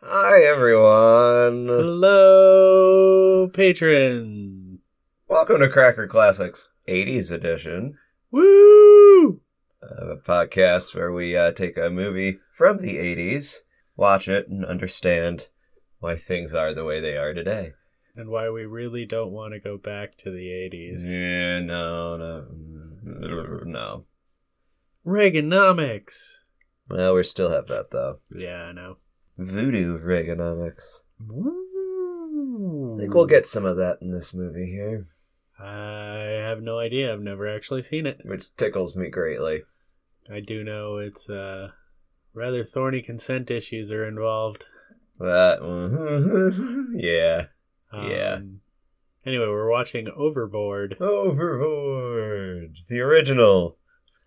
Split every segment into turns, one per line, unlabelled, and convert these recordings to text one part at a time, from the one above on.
Hi, everyone.
Hello, patron.
Welcome to Cracker Classics 80s Edition,
Woo!
uh, a podcast where we uh, take a movie from the 80s, watch it, and understand why things are the way they are today.
And why we really don't want to go back to the 80s.
Yeah, no, no, no.
Reaganomics.
Well, we still have that, though.
Yeah, I know.
Voodoo Reaganomics.
Woo!
I think we'll get some of that in this movie here,
I have no idea. I've never actually seen it.
which tickles me greatly.
I do know it's uh, rather thorny consent issues are involved.
That one. yeah. Yeah.
Um, Anyway, we're watching Overboard.
Overboard. The original.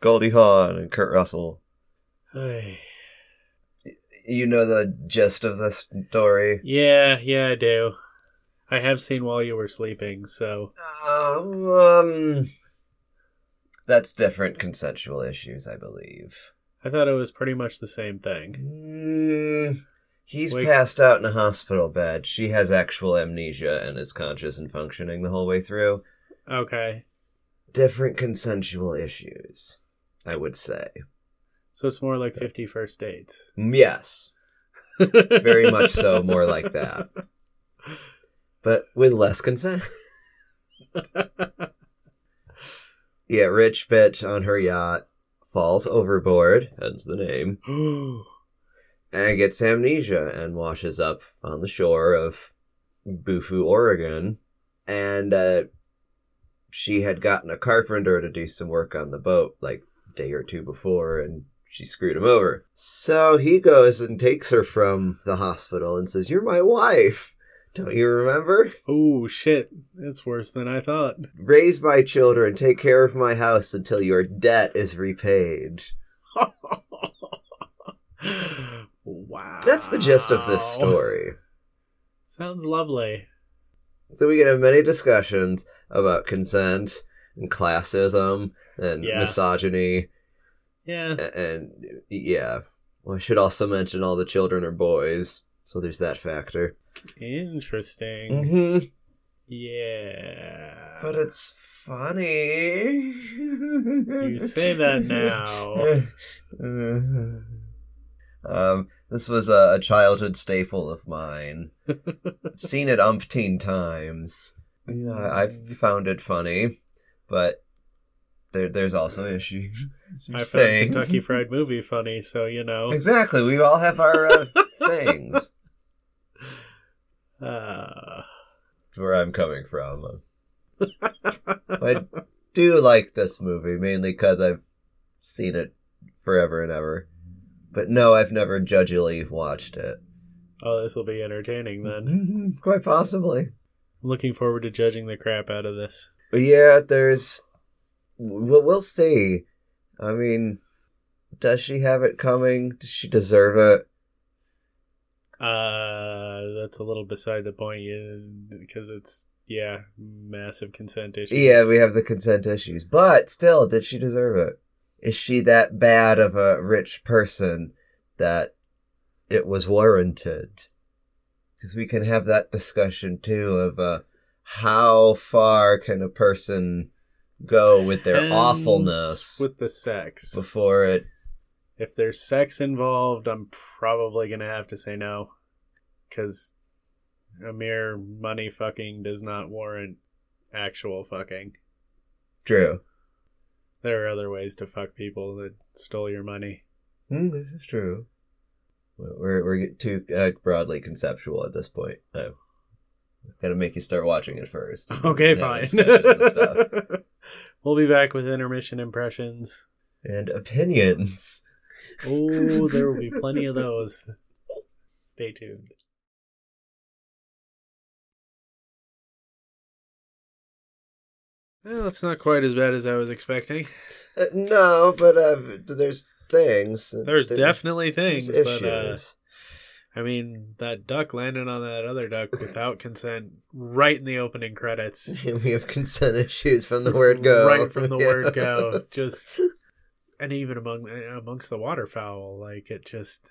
Goldie Hawn and Kurt Russell.
Ay.
You know the gist of this story?
yeah, yeah, I do. I have seen while you were sleeping, so
Um, um, that's different consensual issues, I believe.
I thought it was pretty much the same thing.
Mm, he's
Wait.
passed out in a hospital bed. She has actual amnesia and is conscious and functioning the whole way through.
Okay.
Different consensual issues, I would say.
So it's more like
That's-
50 first dates.
Yes, very much so, more like that. But with less consent. Yeah, rich bitch on her yacht falls overboard, hence the name, and gets amnesia and washes up on the shore of Bufu, Oregon. And uh, she had gotten a carpenter to do some work on the boat like day or two before, and she screwed him over. So he goes and takes her from the hospital and says, You're my wife. Don't you remember?
oh, shit. It's worse than I thought.
Raise my children, take care of my house until your debt is repaid.
wow.
That's the gist of this story.
Sounds lovely.
So we can have many discussions about consent and classism and
Yeah.
misogyny
Yeah.
a- and yeah. Well, I should also mention all the children are boys, so there's that factor.
Interesting.
Mm-hmm. uh,
Yeah.
it's funny.
You say that now.
um, this was a, a childhood staple of mine. I've seen it umpteen times. Yeah, I, I've found it funny, but there, there's also issues.
I found
Thing.
Kentucky Fried Movie funny, so you know.
Exactly. We all have our uh, things.
Uh,
That's where I'm coming from. I do like this movie mainly because I've seen it forever and ever. But no, I've never judgily watched it.
oh, this will be entertaining
Mm-hmm.
then.
Quite possibly.
Looking forward to judging the crap out of this.
But yeah, there's. We'll, we'll see. I mean, does she have it coming? Does she deserve it?
Uh, that's a little beside the point, because it's yeah, massive consent issues.
Yeah, we have the consent issues. But still, did she deserve it? Is she that bad of a rich person that it was warranted? Because we can have that discussion too of uh, how far can a person go with their
Depends
awfulness
with the sex.
before it.
If there's sex involved, I'm probably gonna have to say no, because a mere money fucking does not warrant actual fucking.
True.
There are other ways to fuck people that stole your money.
Mm, this is true. We're we're get too uh, broadly conceptual at this point. i gotta make you start watching it first.
Okay,
Yeah,
fine.
discussions and stuff.
we'll be back with intermission impressions.
and opinions.
Oh, there will be plenty of those. Stay tuned. Well, it's not quite as bad as I was expecting.
Uh, no, but uh, there's things.
There's definitely
there's
things, but uh,
issues.
I mean, that duck landed on that other duck without consent right in the opening credits.
we have consent issues from the word go.
Right from the
Yeah.
word go. Just and even among amongst the waterfowl, like it just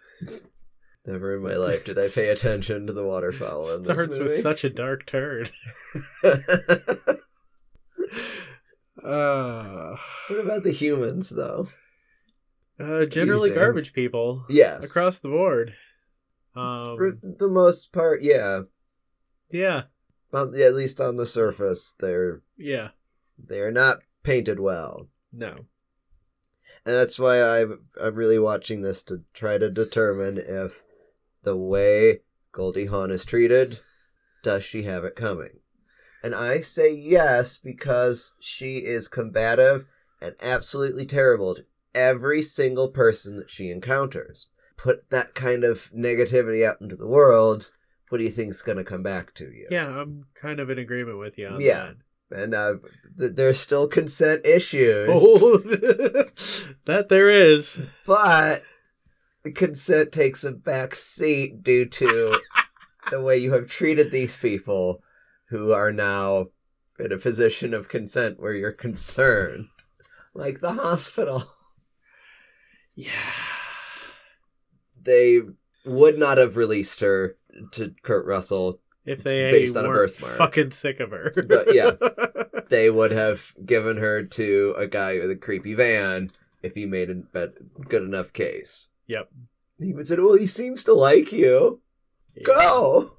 Never in my life did I pay attention to the waterfowl in
Starts
this
with
movie.
such a dark turn. Uh,
what about the humans, though?
uh, generally
think?
garbage people
Yes.
across the board.
For
Um,
the most part, yeah.
yeah,
On, yeah. At least on the surface, they're
yeah,
they are not painted well,
no,
and that's why I'm I'm really watching this to try to determine if the way Goldie Hawn is treated, does she have it coming? And I say yes because she is combative and absolutely terrible to every single person that she encounters. Put that kind of negativity out into the world. What do you think's going to come back to you?
yeah. I'm kind of in agreement with you on
Yeah.
that.
and uh, th- there's still consent issues,
Oh, that there is.
but the consent takes a back seat due to the way you have treated these people who are now in a position of consent where you're concerned, like the hospital.
Yeah.
They would not have released her to Kurt Russell.
If they
Based on a
weren't
birthmark.
fucking sick of her.
But, yeah. They would have given her to a guy with a creepy van if he made a bet- good enough case.
Yep.
He would said, "Well, he seems to like you." Go.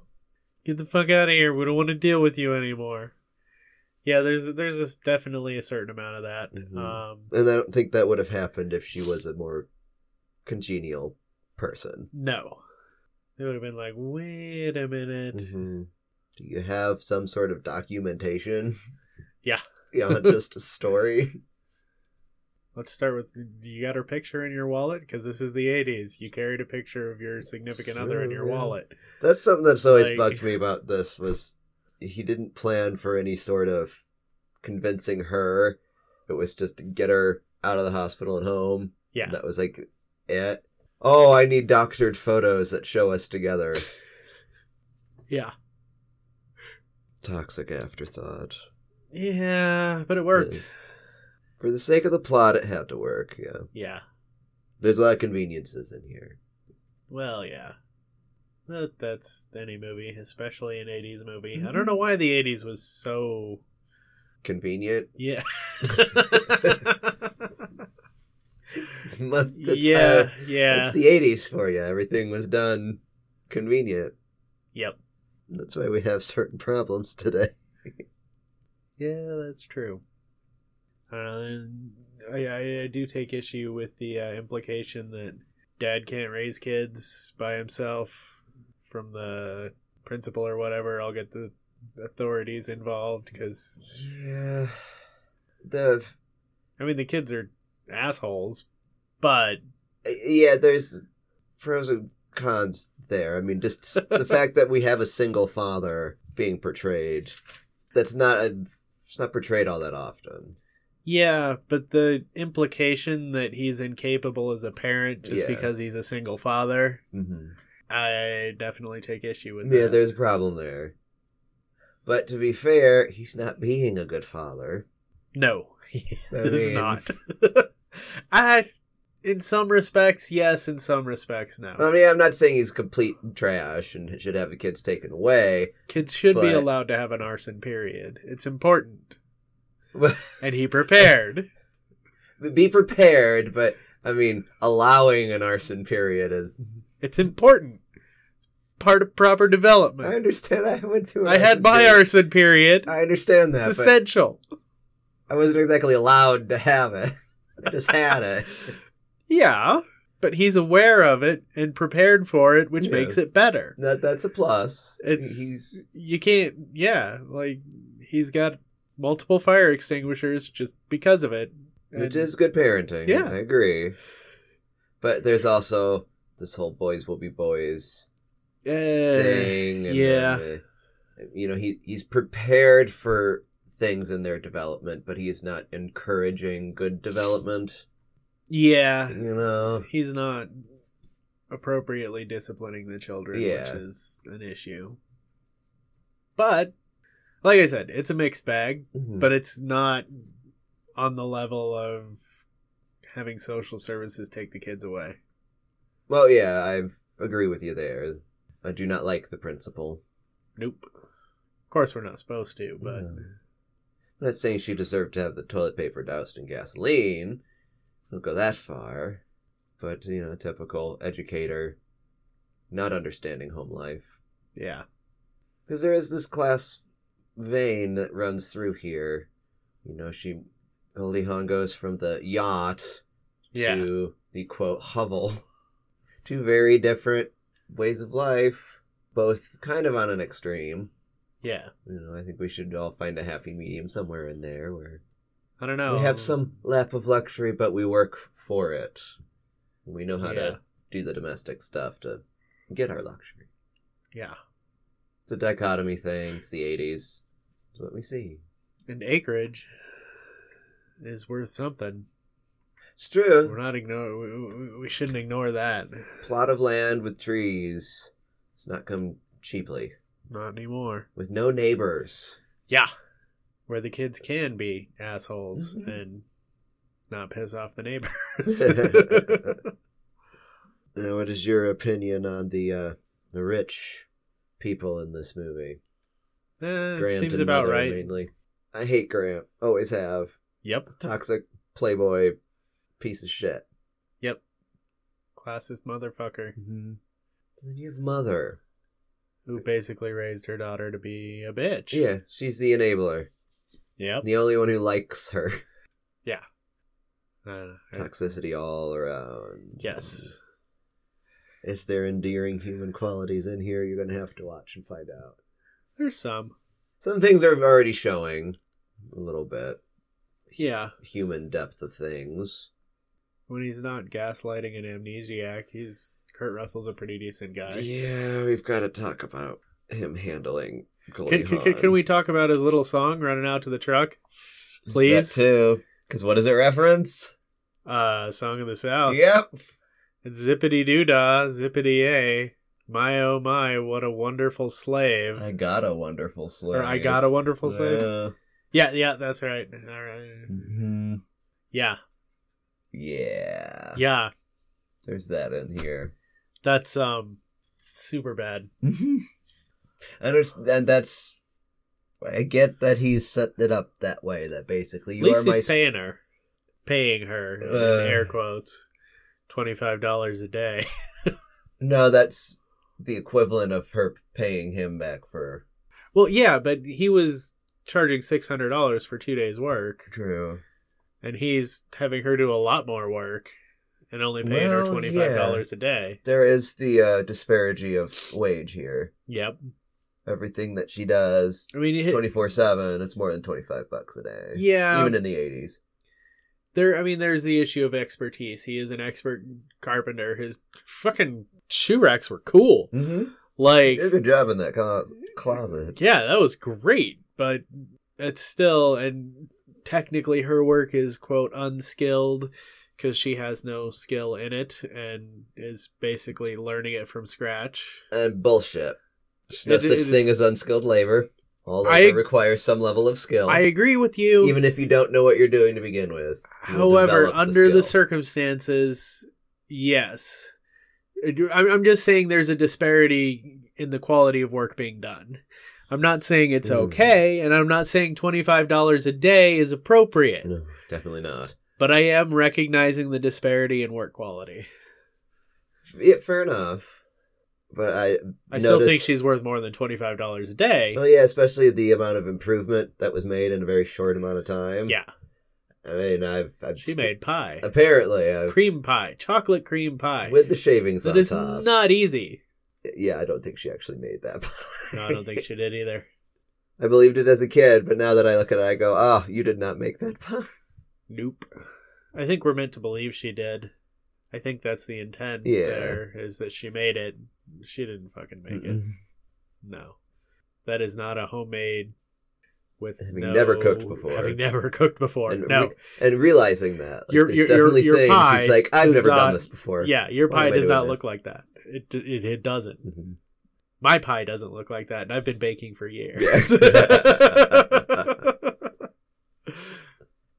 Get the fuck out of here. We don't want to deal with you anymore. Yeah, there's there's this definitely a certain amount of that.
Mhm.
Um,
And I don't think that would have happened if she was a more congenial person.
no, it would have been like, wait a minute.
Mm-hmm. Do you have some sort of documentation?
Yeah.
Beyond just a story.
Let's start with you got her picture in your wallet because this is the '80s. You carried a picture of your significant other in
Sure,
your
yeah.
wallet.
That's something that's always
Like-
bugged me about this was he didn't plan for any sort of convincing her. It was just to get her out of the hospital and home.
Yeah,
That was like it. Oh, I need doctored photos that show us together.
yeah,
Toxic afterthought.
yeah. But it worked.
Yeah. For the sake of the plot, it had to work. Yeah,
Yeah.
there's a lot of conveniences in here.
Well, yeah. That, that's any movie, especially an '80s movie. I
Mm-hmm.
don't know why the '80s was so
Convenient.
Yeah.
It's mu- that's
yeah,
how-
yeah.
It's the '80s for you. Everything was done convenient.
Yep.
That's why we have certain problems today.
Yeah, that's true. I don't know, and I, I, I do take issue with the uh, implication that dad can't raise kids by himself from the principal or whatever. I'll get the authorities involved because,
Yeah. The
I mean, the kids are assholes, but
yeah, there's pros and cons there. I mean, just s- the fact that we have a single father being portrayed. That's not a. It's not portrayed all that often.
Yeah, but the implication that he's incapable as a parent just
Yeah.
because he's a single father,
Mm-hmm.
I definitely take issue with
Yeah,
that.
there's a problem there. But to be fair, he's not being a good father.
No,
I
it's
mean,
not. I, in some respects, yes. In some respects, no.
I mean, I'm not saying he's complete trash and should have the kids taken away.
Kids should be
but-
allowed to have an arson period. It's important,
But
and he prepared.
be prepared, but I mean, allowing an arson period is.
it's important. It's part of proper
I
development.
understand. I went through.
I, had my
period.
arson period.
I understand that,
It's
but
essential.
I wasn't exactly allowed to have it. I just had it.
Yeah, but he's aware of it and prepared for it, which
Yeah.
makes it better.
That that's a plus.
It's
he's
you can't. Yeah, like he's got multiple fire extinguishers just because of it.
Which
And-
is good parenting.
Yeah.
I agree. But there's also this whole boys will be boys
Eh,
thing. And,
yeah.
uh, you know, he, he's prepared for things in their development, but he is not encouraging good development.
yeah,
You know?
he's not appropriately disciplining the children,
Yeah.
which is an issue. But like I said, it's a mixed bag.
Mm.
but it's not on the level of having social services take the kids away.
Well, yeah, I've agree with you there. I do not like the principle.
Nope. Of course, we're not supposed to, but
No. I'm not saying she deserved to have the toilet paper doused in gasoline. Don't go that far. But, you know, typical educator not understanding home life.
yeah,
Because there is this class vein that runs through here. You know, she. Goldie Hawn goes from the yacht
yeah,
to the quote hovel. Two very different ways of life, both kind of on an extreme.
yeah.
You know, I think we should all find a happy medium somewhere in there where
I don't know.
we have some lap of luxury, but we work for it. We know how
Yeah.
to do the domestic stuff to get our luxury.
yeah,
It's a dichotomy thing. It's the 80s. It's what we see.
and acreage is worth something.
It's true.
We're not ignore. We, we- we shouldn't ignore that.
Plot of land with trees. It's not come cheaply.
Not anymore.
With no neighbors.
Yeah. Where the kids can be assholes
Mhm.
and not piss off the neighbors.
now, what is your opinion on the uh, the rich people in this movie?
Eh, it seems
and
about
Mother
right.
Mainly, I hate Grant. Always have
Yep.
toxic playboy, piece of shit.
Yep. Classist motherfucker
Mm-hmm. Then you have Mother.
who basically raised her daughter to be a bitch.
Yeah, she's the enabler.
Yep.
The only one who likes her.
I don't know.
Toxicity all around.
Yes.
Is there endearing human qualities in here? You're gonna have to watch and find out.
There's some.
Some things are already showing a little bit.
Yeah.
human depth of things.
When he's not gaslighting an amnesiac, he's Kurt Russell's a pretty decent guy.
Yeah, we've got to talk about him handling Goldie
Can, can, can- can we talk about his little song running out to the truck? Please.
too. Because what does it reference?
Uh, Song of the South.
Yep.
It's zippity doo dah, zippity a. My oh my, what a wonderful slave.
I got a wonderful slave.
or I got a wonderful slave.
Yeah.
Yeah, yeah, that's right. All right.
Mhm.
Yeah,
yeah.
yeah,
There's that in here.
that's um super bad.
And, there's- and that's. I get that he's set it up that way. That basically
At
you
least
are my
he's paying her, paying her
Uh.
in air quotes, twenty five dollars a day.
no. That's the equivalent of her paying him back for
Well, yeah, but he was charging six hundred dollars for two days' work,
true.
and he's having her do a lot more work, and only paying her
Well,
twenty
yeah.
five dollars a day.
There is the uh, disparity of wage here.
Yep.
Everything that she does,
I mean, it,
twenty four seven, it's more than twenty five bucks a day.
yeah,
even in the eighties.
there i mean there's the issue of expertise he is an expert carpenter his fucking shoe racks were cool
Mm-hmm.
like
Did a good job in that clo- closet.
yeah that was great but it's still and technically her work is quote unskilled because she has no skill in it and is basically learning it from scratch
And bullshit. There's no
It-
such
it-
thing as unskilled labor. All
I-
labor requires some level of skill,
i agree with you
even if you don't know what you're doing to begin with. you will
However,
develop the
under the,
skill.
circumstances, yes. I do- I'm I'm just saying there's a disparity in the quality of work being done. I'm not saying it's
Mm.
okay, and I'm not saying $25 a day is appropriate,
No, definitely not.
but I am recognizing the disparity in work quality.
Yeah, fair enough. But I,
I still think
Notice-
she's worth more than $25 a day.
oh yeah, especially the amount of improvement that was made in a very short amount of time.
yeah,
I mean, I've, I've
she
st-
made pie.
apparently I've,
Cream pie, chocolate cream pie.
with the shavings
that
on
is
top.
not easy.
Yeah, I don't think she actually made that.
No, I don't think she did either.
I believed it as a kid, but now that I look at it, I go, "Ah, you did not make that pie."
Nope. I think we're meant to believe she did. I think that's the intent
Yeah.
there is that she made it. She didn't fucking make it.
Mm-mm.
No. That is not a homemade with
Having
no-
never cooked before.
Having never cooked before.
And
no.
re- and realizing that, like,
Your-
there's
your- your-
definitely
your
things.
pie
She's like, "I've
does
never
not-
done this before."
yeah, your
Why am
pie
I
does
doing
not
this?
look like that. It, d- it it doesn't.
Mhm.
My pie doesn't look like that, and I've been baking for years.
Yes.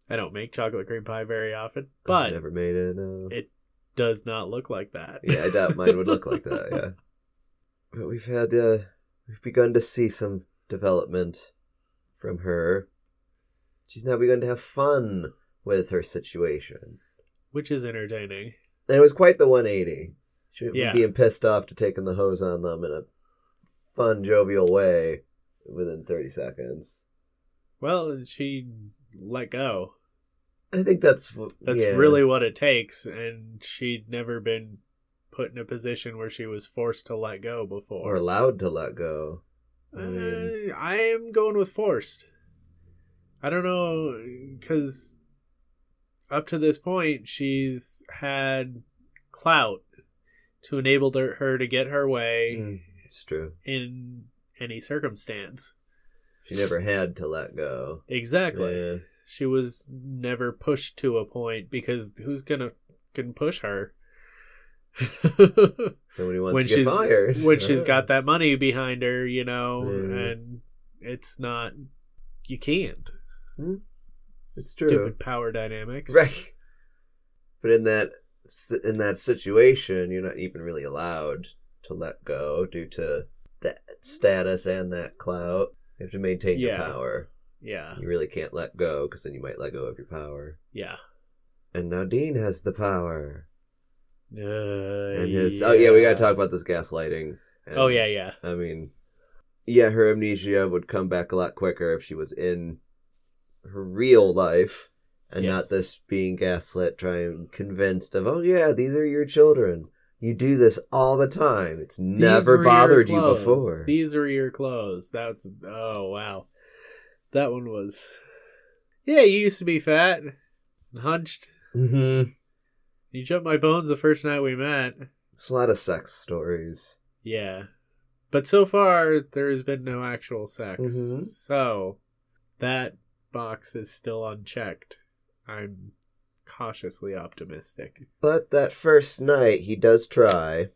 I don't make chocolate cream pie very often,
I've
but
never made it. no.
it does not look like that.
Yeah, I doubt mine would look like that. Yeah, but we've had uh, we've begun to see some development from her. She's now begun to have fun with her situation,
Which is entertaining.
and it was quite the 180. She went from
Yeah.
being pissed off to taking the hose on them in a fun, jovial way within 30 seconds.
Well, she let go.
I think that's wh-
That's
yeah.
really what it takes, and she'd never been put in a position where she was forced to let go
or
before.
allowed to let go. I mean,
Uh, I am going with forced. I don't know, because up to this point, she's had clout to enable her- her to get her way
mm, it's true.
in any circumstance.
She never had to let go.
Exactly.
Yeah.
She was never pushed to a point because who's gonna can push her
Somebody wants
when
to get
she's
fired.
when she's got that money behind her, you know,
Yeah.
and it's not you can't.
Hmm. It's true.
Stupid power dynamics.
right. But in that si- in that situation, you're not even really allowed to let go due to that status and that clout. You have to maintain your
Yeah.
power.
Yeah.
You really can't let go because then you might let go of your power.
Yeah.
And now Dean has the power.
Uh,
And his oh yeah, we gotta talk about this gaslighting. And
Oh yeah, yeah.
I mean, yeah, her amnesia would come back a lot quicker if she was in her real life and not
Yes.
this being gaslit, trying convinced of, oh yeah, these are your children. You do this all the time. It's
These
never
were your
bothered you
clothes.
before.
These are your clothes. That's oh wow, that one was. Yeah, you used to be fat, and hunched.
hmm
You jumped my bones the first night we met.
There's a lot of sex stories.
Yeah, but so far there has been no actual sex,
Mhm.
so that box is still unchecked. I'm cautiously optimistic.
But that first night, he does try.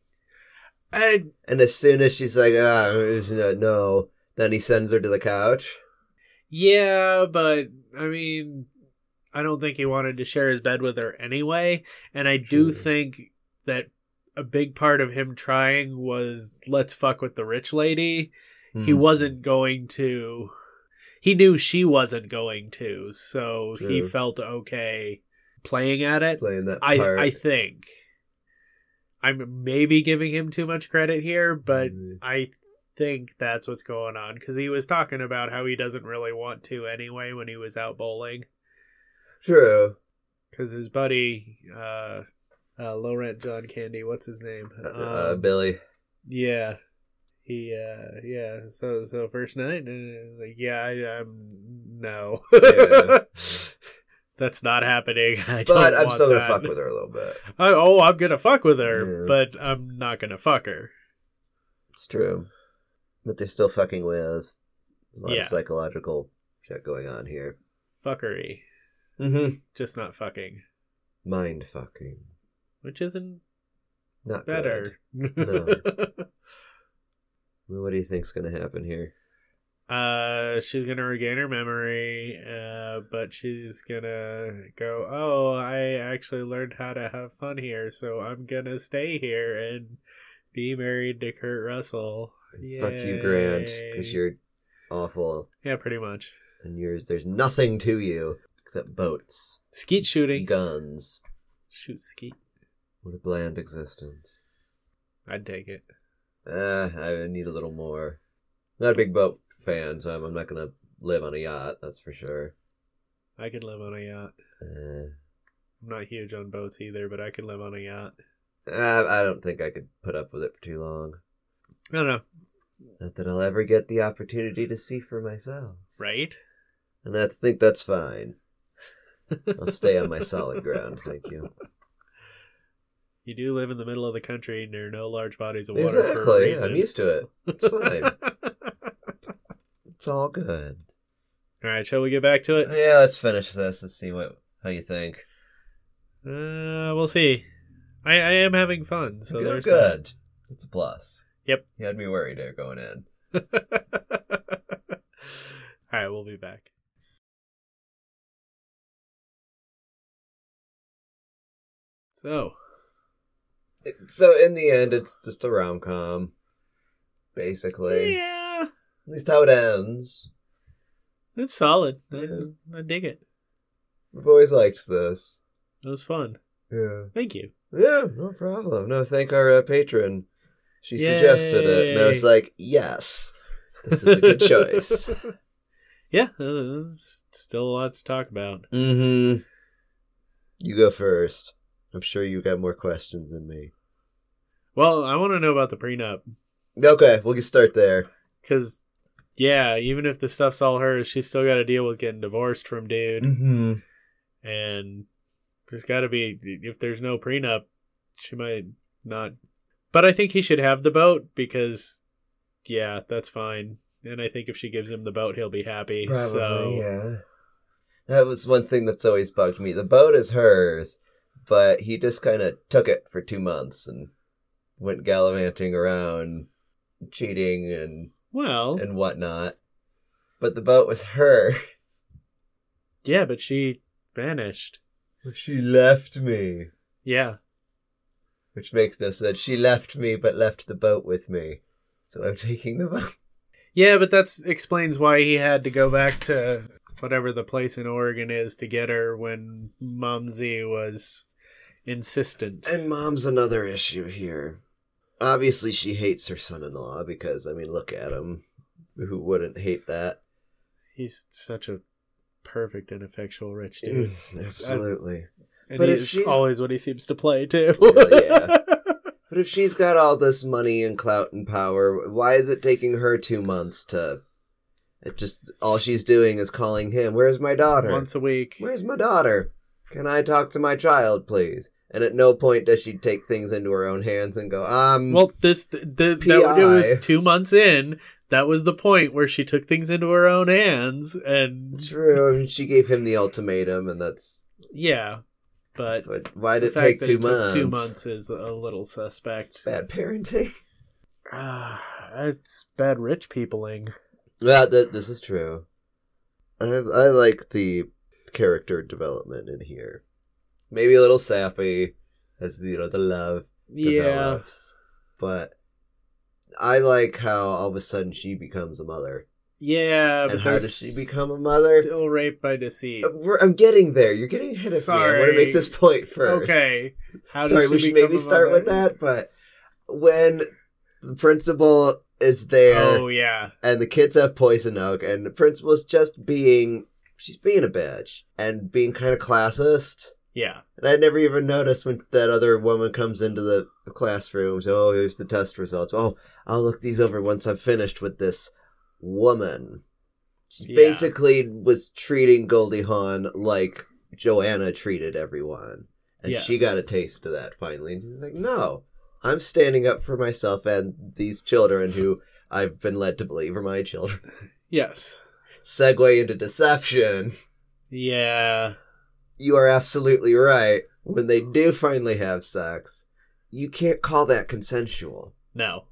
And
And as soon as she's like, ah, it's no, no, then he sends her to the couch.
Yeah, but I mean, I don't think he wanted to share his bed with her anyway. And I do
Sure.
think that a big part of him trying was let's fuck with the rich lady. He
Hmm.
wasn't going to. He knew she wasn't going to, so he
True.
felt okay playing at it.
playing that
I
part.
I think. I'm maybe giving him too much credit here, but
Hmm. Mm-hmm.
I think that's what's going on because he was talking about how he doesn't really want to anyway when he was out bowling
True.
because his buddy, uh, uh, low rent John Candy, what's his name?
Uh, uh,
Um,
Billy.
yeah, he, uh, yeah. So so first night, uh, like yeah, I, I'm no,
Yeah.
that's not happening. I
But
don't
I'm still gonna
want
fuck
that.
with her a little bit.
I, oh, I'm gonna fuck with her,
Yeah.
but I'm not gonna fuck her.
It's true. But they're still fucking with a lot
Yeah.
of psychological shit going on here.
Fuckery,
Mm-hmm.
just not fucking,
Mind fucking.
which isn't
Not
better.
Good. What do you think's gonna happen here?
uh, she's gonna regain her memory, uh, but she's gonna go. Oh, I actually learned how to have fun here, so I'm gonna stay here and be married to Kurt Russell.
Fuck you, Grant, because
Yay.
you're awful,
yeah, pretty much
and yours there's nothing to you except boats,
skeet shooting.
guns.
Shoot skeet.
What a bland existence.
I'd take it.
Uh, I need a little more. Not a big boat fan, so I'm, I'm not gonna live on a yacht. That's for sure.
I could live on a yacht.
Uh,
I'm not huge on boats either, but I could live on a yacht.
Uh, I, I don't think I could put up with it for too long.
I don't know,
Not that I'll ever get the opportunity to see for myself.
right?
And I think that's fine. I'll stay on my solid ground, thank you.
You do live in the middle of the country and there are no large bodies of water for a
Exactly. yeah,
reason.
I'm used to it. It's fine. It's all good.
All right, shall we get back to it?
Yeah, let's finish this and see what how you think.
Uh, we'll see. I, I am having fun, so
good,
there's
good. It's a plus.
Yep.
You had me worried there going in.
that. All right, we'll be back. So,
So in the end, it's just a rom com, basically.
Yeah,
At least how it ends.
it's solid. I-
Yeah.
I, dig it.
I've always liked this.
It was fun.
Yeah.
Thank you.
Yeah, no problem. No, thank our uh, patron. She suggested it, and I was
Yay.
like, yes, this is a good choice.
yeah, there's still a lot to talk about.
Mm-hmm. You go first. I'm sure you got more questions than me.
Well, I want to know about the prenup
Okay, we'll get start there.
because, yeah, even if the stuff's all hers, she's still got to deal with getting divorced from dude.
Mm-hmm.
and there's got to be if there's no prenup she might not but i think he should have the boat because yeah that's fine and i think if she gives him the boat he'll be happy
Probably,
so
yeah. That was one thing that's always bugged me. The boat is hers, but he just kind of took it for two months and went gallivanting around, cheating and
well
and whatnot. But the boat was hers.
yeah but she vanished
She left me,
yeah
which makes no sense. She left me, but left the boat with me. So I'm taking the boat.
yeah but that's explains why he had to go back to whatever the place in oregon is to get her when mumsy was insistent
And mom's another issue here. Obviously, she hates her son-in-law because I mean, look at him. Who wouldn't hate that?
he's such a perfect and effectual rich dude
Mm, Absolutely.
And
But
but
if
he's
she's-
always what he seems to play too.
Well, yeah. But if she's got all this money and clout and power, why is it taking her two months to? It just all she's doing is calling him. Where's my daughter?
Once a week.
Where's my daughter? Can I talk to my child, please? And at no point does she take things into her own hands and go, um,
Well, this the, the that
PI.
it was two months in. That was the point where she took things into her own hands, and
true. I mean, she gave him the ultimatum, and that's.
yeah, but
But why
the
did it
fact
take
that
two
it
months?
took two months is a little suspect.
Bad parenting.
Ah, it's bad rich peopling.
Yeah, that this is true. I I like the character development in here. Maybe a little sappy, as the, you know the love
Yeah,
develops. But I like how all of a sudden she becomes a mother.
yeah,
and
but
how
there's
does she become a mother?
still raped by deceit.
We're- I'm getting there. You're getting ahead of me. I want
Sorry.
to make this point first.
Okay, how does
Sorry,
she
we should
become
maybe
a
start with
mother?
that. But when the principal is there,
Oh yeah,
and the kids have poison oak, and the principal's just being she's being a bitch and being kind of classist.
yeah.
And I never even noticed when that other woman comes into the the classroom. So, oh, here's the test results. Oh, I'll look these over once I'm finished with this woman. She
Yeah.
basically was treating Goldie Hawn like Joanna treated everyone. And
Yes.
she got a taste of that finally. And she's like, no, I'm standing up for myself and these children who I've been led to believe are my children.
Yes.
Segue into deception.
Yeah.
you are absolutely right. When they do finally have sex, you can't call that consensual
No.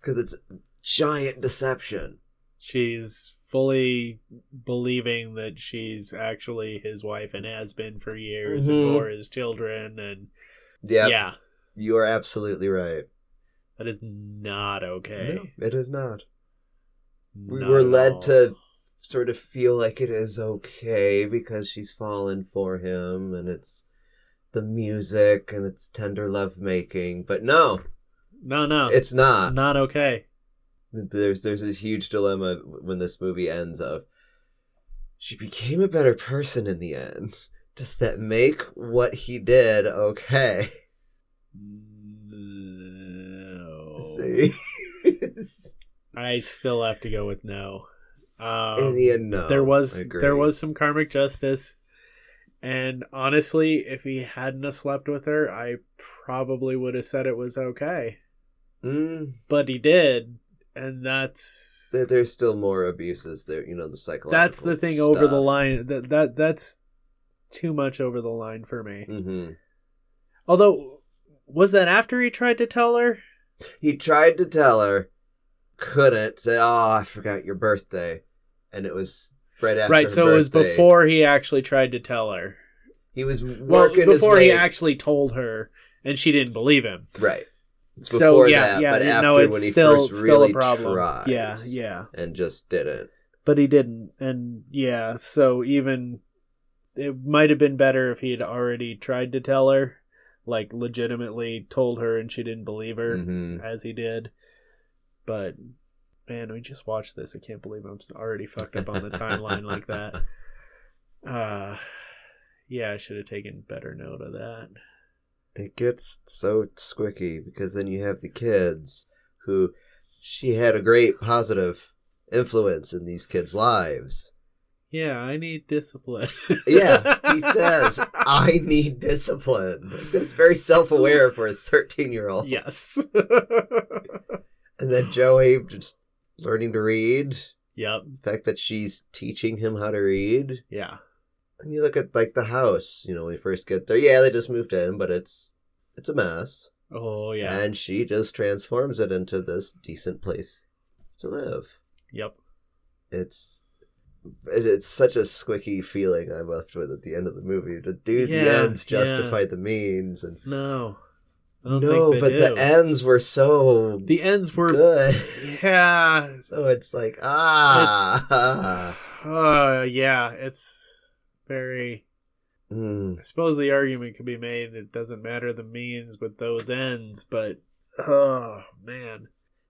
because it's giant deception.
She's fully believing that she's actually his wife and has been for years
Mhm.
and for his children and
Yeah,
yeah.
you are absolutely right.
That is not okay.
No, it is not. We
Not
were
at
led
all.
to sort of feel like it is okay because she's fallen for him and it's the music and it's tender lovemaking, but no,
No, no. It's
it's not.
not okay.
there's there's this huge dilemma when this movie ends of she became a better person in the end does that make what he did okay
No.
see
I still have to go with no. Um,
in the end no
there
I
was
agree.
there was some karmic justice and honestly if he hadn't have slept with her i probably would have said it was okay
mm,
but he did and that's
there, there's still more abuses there you know the psychological
that's the thing over the
stuff.
line that, that that's too much over the line for me
Mhm.
although was that after he tried to tell her
he tried to tell her couldn't say oh i forgot your birthday and it was right after her
right so it was
birthday.
before he actually tried to tell her
he was
well
working his
before he
way-
actually told her and she didn't believe him.
Right. It's
So
before
yeah,
that,
yeah,
but
no,
after
it's
when he
still
first
still
really
a problem.
tries.
Yeah, yeah,
And just didn't.
but he didn't, and yeah, so even it might have been better if he had already tried to tell her, like legitimately told her, and she didn't believe her
hmm
as he did. But man, we just watched this. I can't believe I'm already fucked up on the timeline like that. Uh, yeah, I should have taken better note of that.
It gets so squicky because then you have the kids who she had a great positive influence in these kids' lives.
Yeah, I need discipline.
Yeah, he says, I need discipline. Like, That's very self aware for a 13 year old.
yes.
And then Joey just learning to read,
yep.
the fact that she's teaching him how to read.
Yeah.
And you look at like the house, you know, when you first get there. Yeah, they just moved in, but it's it's a mess.
Oh yeah.
And she just transforms it into this decent place to live.
yep.
It's it- it's such a squicky feeling I'm left with at the end of the movie. To do the
Yeah,
ends justify the means, and
No. I don't
no,
think
but
they
the
do.
ends were so
the ends were
good.
yeah.
so it's like ah,
Uh, yeah, it's very
Mm,
I suppose the argument could be made it doesn't matter the means with those ends, but oh man.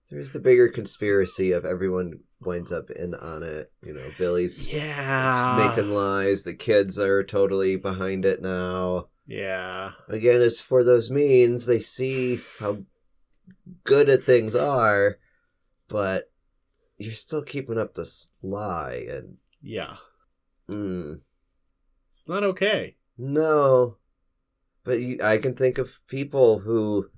there's the bigger conspiracy of everyone winds up in on it. You know, Billy's
Yeah.
making lies. The kids are totally behind it now.
yeah.
Again, it's for those means. They see how good at things are, but you're still keeping up this lie. And
Yeah.
mm,
It's not okay.
no, but you, I can think of people who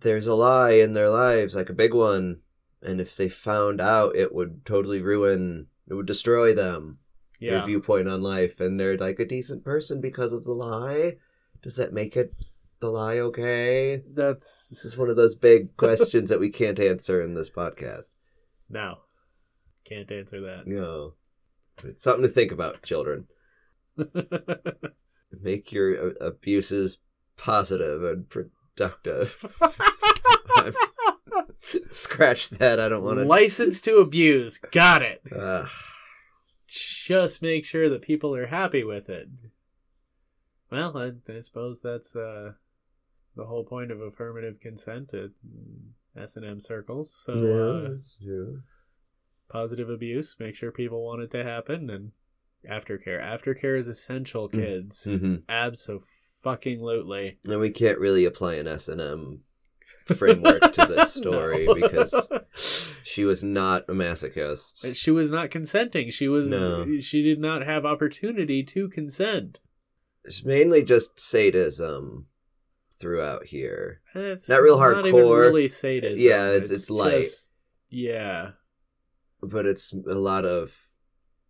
there's a lie in their lives, like a big one, and if they found out, it would totally ruin. It would destroy them.
Yeah.
their viewpoint on life and they're like a decent person because of the lie does that make it the lie okay this
That's
is one of those big questions that we can't answer in this podcast
no. Can't answer that.
no it's something to think about children make your a- abuses positive and productive scratch that i don't want to
License to abuse. Got it.
uh,
Just make sure that people are happy with it. Well, I, I suppose that's uh, the whole point of affirmative consent at S and M circles. So uh, positive abuse. Make sure people want it to happen, and aftercare. Aftercare is essential,
Mm.
kids.
hmm
Absolutely.
and we can't really apply an s&m framework to this story
No.
because she was not a masochist
And she was not consenting. She was
No.
she did not have opportunity to consent.
It's mainly just sadism throughout here.
It's
Not real
even
hardcore.
really sadism.
Yeah, it's- it's light.
just- yeah,
But it's a lot of.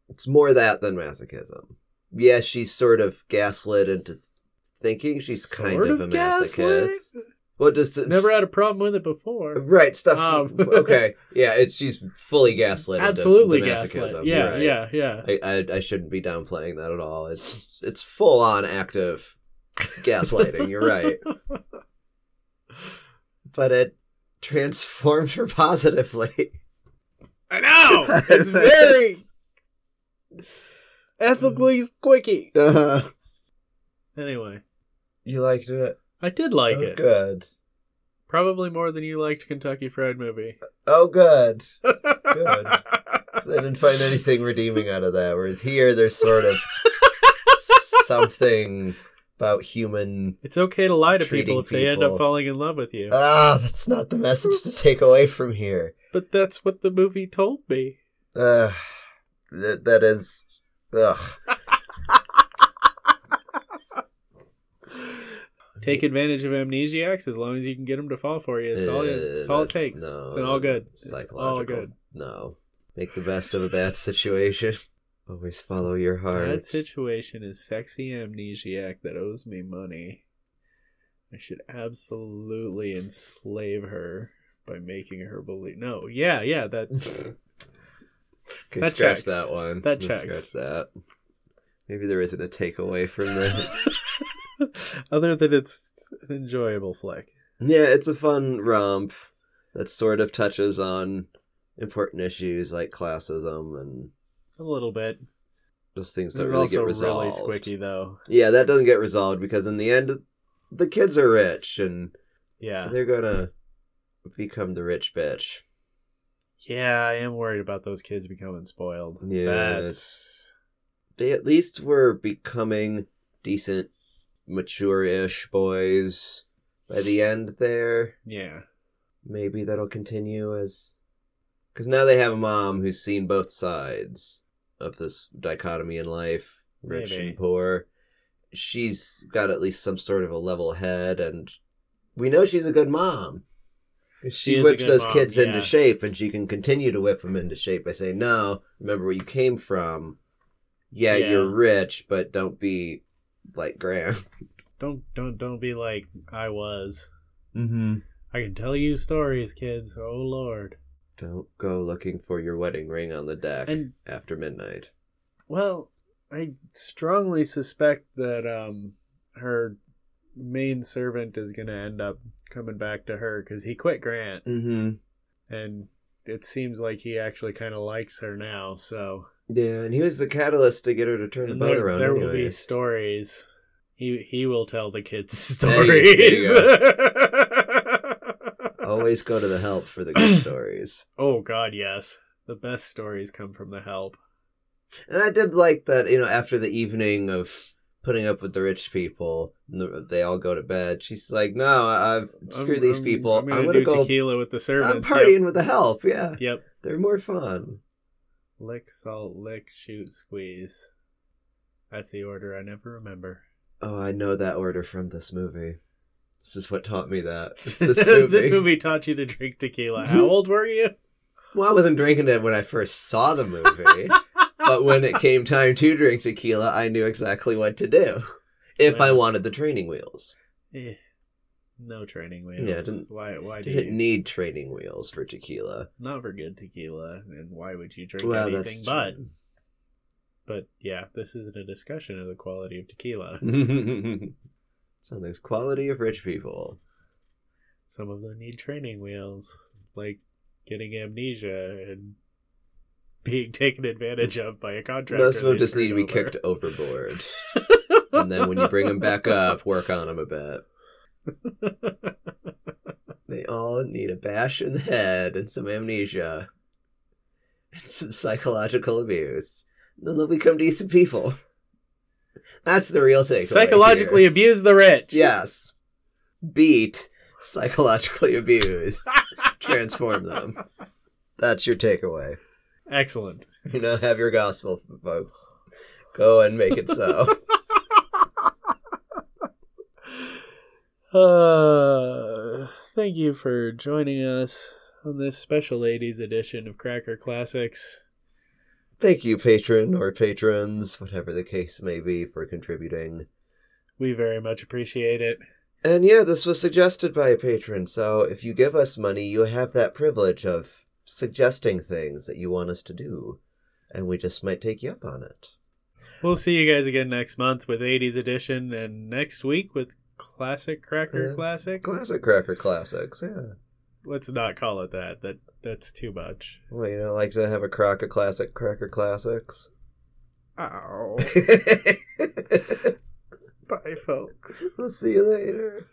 It's more that than masochism. Yeah, she's sort of gaslit into th- thinking she's kind
Sort
of, a masochist.
gaslighting?
Well, just.
Never had a problem with it before.
Right, stuff.
Um.
okay. Yeah, it's she's fully gaslit. into-
Absolutely
into
gaslit.
masochism,
Yeah,
right.
yeah, yeah.
I, I, I shouldn't be downplaying that at all. It's it's full on active gaslighting. You're right. But it transforms her positively.
I know. It's very ethically squicky.
Uh,
Anyway,
you liked it.
I did like
oh,
it.
Good.
Probably more than you liked Kentucky Fried Movie.
Oh, good.
Good.
I didn't find anything redeeming out of that. Whereas here, there's sort of something about human.
It's okay to lie to
Treating
people if they end up
people.
falling in love with you.
Ah, that's not the message to take away from here.
but that's what the movie told me.
Ugh. that, that is. Ugh.
Take advantage of amnesiacs as long as you can get them to fall for you. It's all it's
Uh,
all
that's-
it takes.
no,
it's an all good. It's all
psychological-
good.
No. Make the best of a bad situation. Always follow your heart.
That situation is sexy amnesiac that owes me money. I should absolutely enslave her by making her believe. No, yeah, yeah, that's
Okay,
That
scratch
checks.
that one.
That
Let's
checks.
Scratch that. Maybe there isn't a takeaway from this.
Other than it's an enjoyable flick.
Yeah, it's a fun romp that sort of touches on important issues like classism and
A little bit.
those things
It's
don't really get
also really
resolved.
squicky though.
yeah, that doesn't get resolved because in the end, the kids are rich and
Yeah.
they're gonna become the rich bitch.
Yeah, I am worried about those kids becoming spoiled.
Yeah,
That's
They at least were becoming decent, mature-ish boys by the end there.
yeah.
maybe that'll continue as because now they have a mom who's seen both sides of this dichotomy in life rich
Maybe.
and poor she's got at least some sort of a level head and we know she's a good mom she,
is a
whips
good
those
mom,
kids into
yeah.
shape and she can continue to whip them into shape by saying no remember where you came from yeah,
Yeah.
you're rich but don't be like graham
Don't don't don't be like I was.
mm-hmm.
I can tell you stories, kids. Oh lord.
don't go looking for your wedding ring on the deck
And
after midnight
well, I strongly suspect that um her main servant is going to end up coming back to her cuz he quit Grant
Mm-hmm.
and it seems like he actually kind of likes her now, so
Yeah, and he was the catalyst to get her to turn the
And
boat
there,
around.
there will be
anyways.
stories. He he will tell the kids
There
stories.
you- there you Always go to the help for the good stories.
Oh god, yes. The best stories come from the help.
And I did like that, you know, after the evening of putting up with the rich people, and the- they all go to bed. She's like, no, I've screwed
I'm-
these
I'm-
people.
I'm
I'm
gonna,
going
do
to go.
tequila with the
I'm
servants.
partying with the help. Yeah.
Yep. yep.
They're more fun.
Lick, salt, lick, shoot, squeeze. That's the order I never remember.
Oh, I know that order from this movie. This is what taught me that. It's
this
This movie.
movie taught you to drink tequila. How old were you?
Well, I wasn't drinking it when I first saw the movie, but when it came time to drink tequila, I knew exactly what to do. If I
Wow.
wanted the training wheels,
Eh, no training wheels.
Yeah, didn't-
why why
I
do you
didn't need training wheels for tequila.
not for good tequila, and why would you drink
Well,
anything
that's
but? But yeah, this isn't a discussion of the quality of tequila.
true. so there's quality of rich people.
Some of them need training wheels, like getting amnesia and being taken advantage of by a contractor.
Most of them
they
just need to be
screwed
kicked
over.
overboard, and then when you bring them back up, work on them a bit. They all need a bash in the head and some amnesia and some psychological abuse. Then they'll become decent people. That's the real takeaway.
psychologically
here.
abuse the rich.
Yes. Beat, psychologically abuse, transform them. That's your takeaway.
Excellent.
You know, have your gospel, folks. Go and make it so.
Uh, thank you for joining us on this special ladies edition of Cracker Classics.
Thank you, patron or patrons, whatever the case may be, for contributing.
We very much appreciate it.
And yeah, this was suggested by a patron, so if you give us money, you have that privilege of suggesting things that you want us to do, and we just might take you up on it.
We'll see you guys again next month with 80s edition and next week with classic cracker
Yeah.
classics.
Classic Cracker Classics, yeah.
Let's not call it that. That that's too much.
Well, you know, like to have a crock of classic Cracker Classics.
Oh,
We'll
bye folks.
see you later.